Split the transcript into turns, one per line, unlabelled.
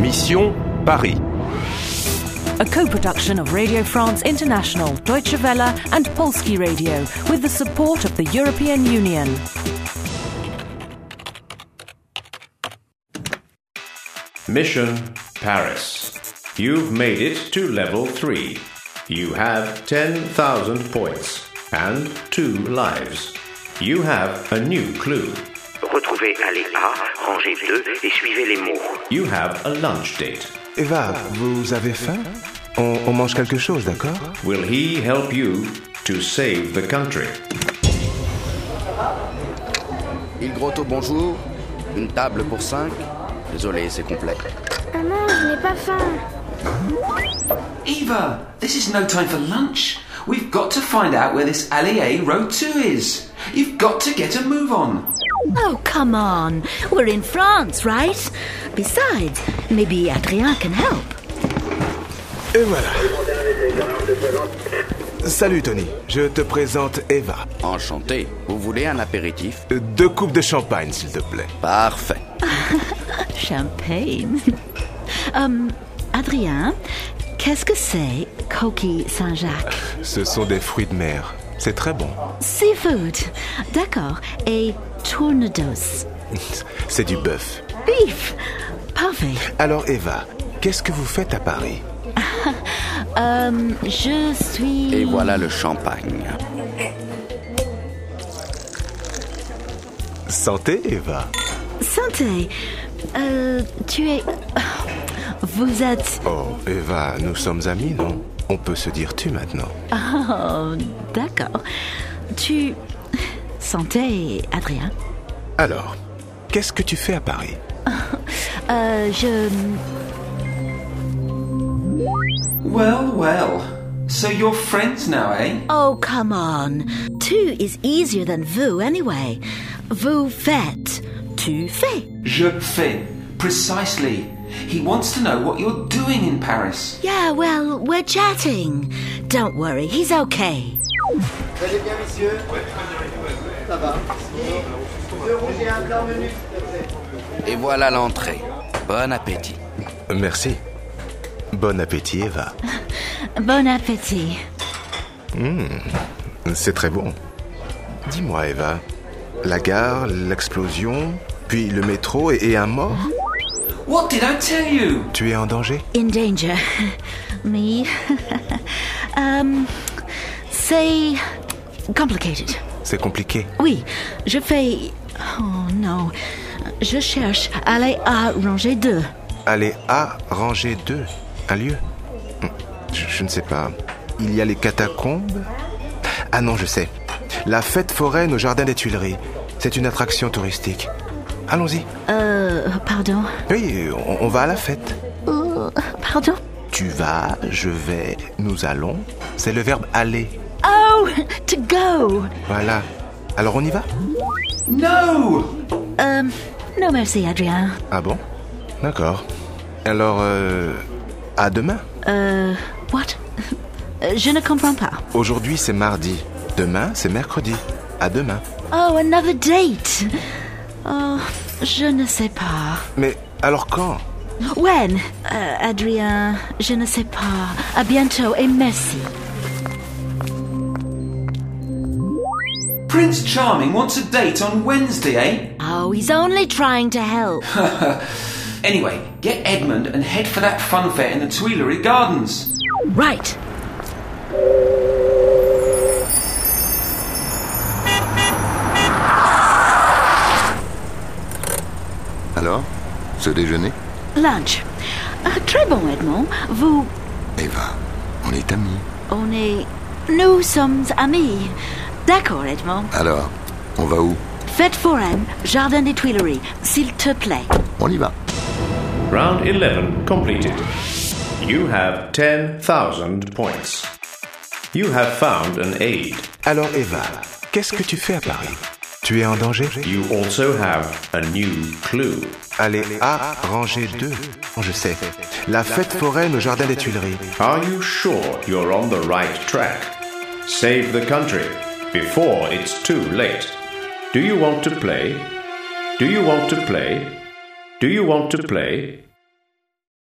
Mission Paris.
A co production of Radio France International, Deutsche Welle, and Polski Radio with the support of the European Union.
Mission Paris. You've made it to level 3. You have 10,000 points and 2 lives. You have a new clue.
Retrouvez allée A, rangée 2 et suivez les mots.
You have a lunch date.
Eva, vous avez faim on, on mange quelque chose, d'accord
Will he help you to save the country?
Il Grotto, bonjour. Une table pour cinq. Désolé, c'est complet.
Ah non, je n'ai pas faim.
Eva, this is no time for lunch. We've got to find out where this Alley A Road 2 is. You've got to get a move on.
Oh, come on. We're in France, right? Besides, maybe Adrien can help.
Et voilà Salut Tony, je te présente Eva.
Enchanté. Vous voulez un apéritif
Euh, Deux coupes de champagne, s'il te plaît.
Parfait.
Champagne. um, Adrien, qu'est-ce que c'est coquille Saint-Jacques?
Ce sont des fruits de mer. C'est très bon.
Seafood. D'accord. Et tournedos.
C'est du bœuf.
Beef. Parfait.
Alors Eva, qu'est-ce que vous faites à Paris
Um, je suis...
Et voilà le champagne.
Santé Eva.
Santé. Euh, tu es... Vous êtes...
Oh Eva, nous sommes amis, non On peut se dire tu maintenant.
Oh, d'accord. Tu... Santé, Adrien.
Alors, qu'est-ce que tu fais à Paris
Euh, je...
Well, well. So you're friends now, eh?
Oh, come on. Tu is easier than vous anyway. Vous faites. Tu fais.
Je fais. Precisely. He wants to know what you're doing in Paris.
Yeah, well, we're chatting. Don't worry, he's okay.
Et voilà l'entrée. Bon appétit.
Merci. Bon appétit Eva.
Bon appétit.
C'est très bon. Dis-moi Eva, la gare, l'explosion, puis le métro et, et un mort
What did I tell you?
Tu es en danger
In danger. Me. um, c'est complicated.
C'est compliqué.
Oui, je fais. Oh non. Je cherche aller à ranger 2.
Allez à rangée 2, un lieu Hmm. je, je ne sais pas. Il y a les catacombes Ah non, je sais. La fête foraine au jardin des Tuileries. C'est une attraction touristique. Allons-y.
Euh, pardon.
Oui, on, on va à la fête.
Euh, pardon.
Tu vas, je vais, nous allons. C'est le verbe aller.
Oh, to go.
Voilà. Alors on y va
No!
Euh, non merci, Adrien.
Ah bon D'accord. Alors, euh, à demain.
Euh, what? Euh, Je ne comprends pas.
Aujourd'hui c'est mardi. Demain c'est mercredi. À demain.
Oh, another date. Oh, je ne sais pas.
Mais alors quand
When? Euh, Adrien, je ne sais pas. À bientôt et merci.
Prince Charming wants a date on Wednesday, eh?
Oh, he's only trying to help.
Anyway, get Edmund and head for that fun fair in the Tuileries Gardens.
right.
Alors Ce déjeuner
Lunch. Ah, très bon, Edmond. Vous,
Eva, Eh ben, on est amis.
on est... Nous sommes amis. D'accord, Edmond.
Alors, on va où
Fête foraine, Jardin des Tuileries, s'il te plaît.
On y va.
Round 11 completed. You have 10,000 points. You have found an aid.
Alors Eva, qu'est-ce que tu fais à Paris Tu es en danger
You also have a new clue.
Allez à rangée 2. Je sais. La fête foraine au jardin des Tuileries.
Are you sure you're on the right track? Save the country before it's too late. Do you want to play? Do you want to play? Do you want to play?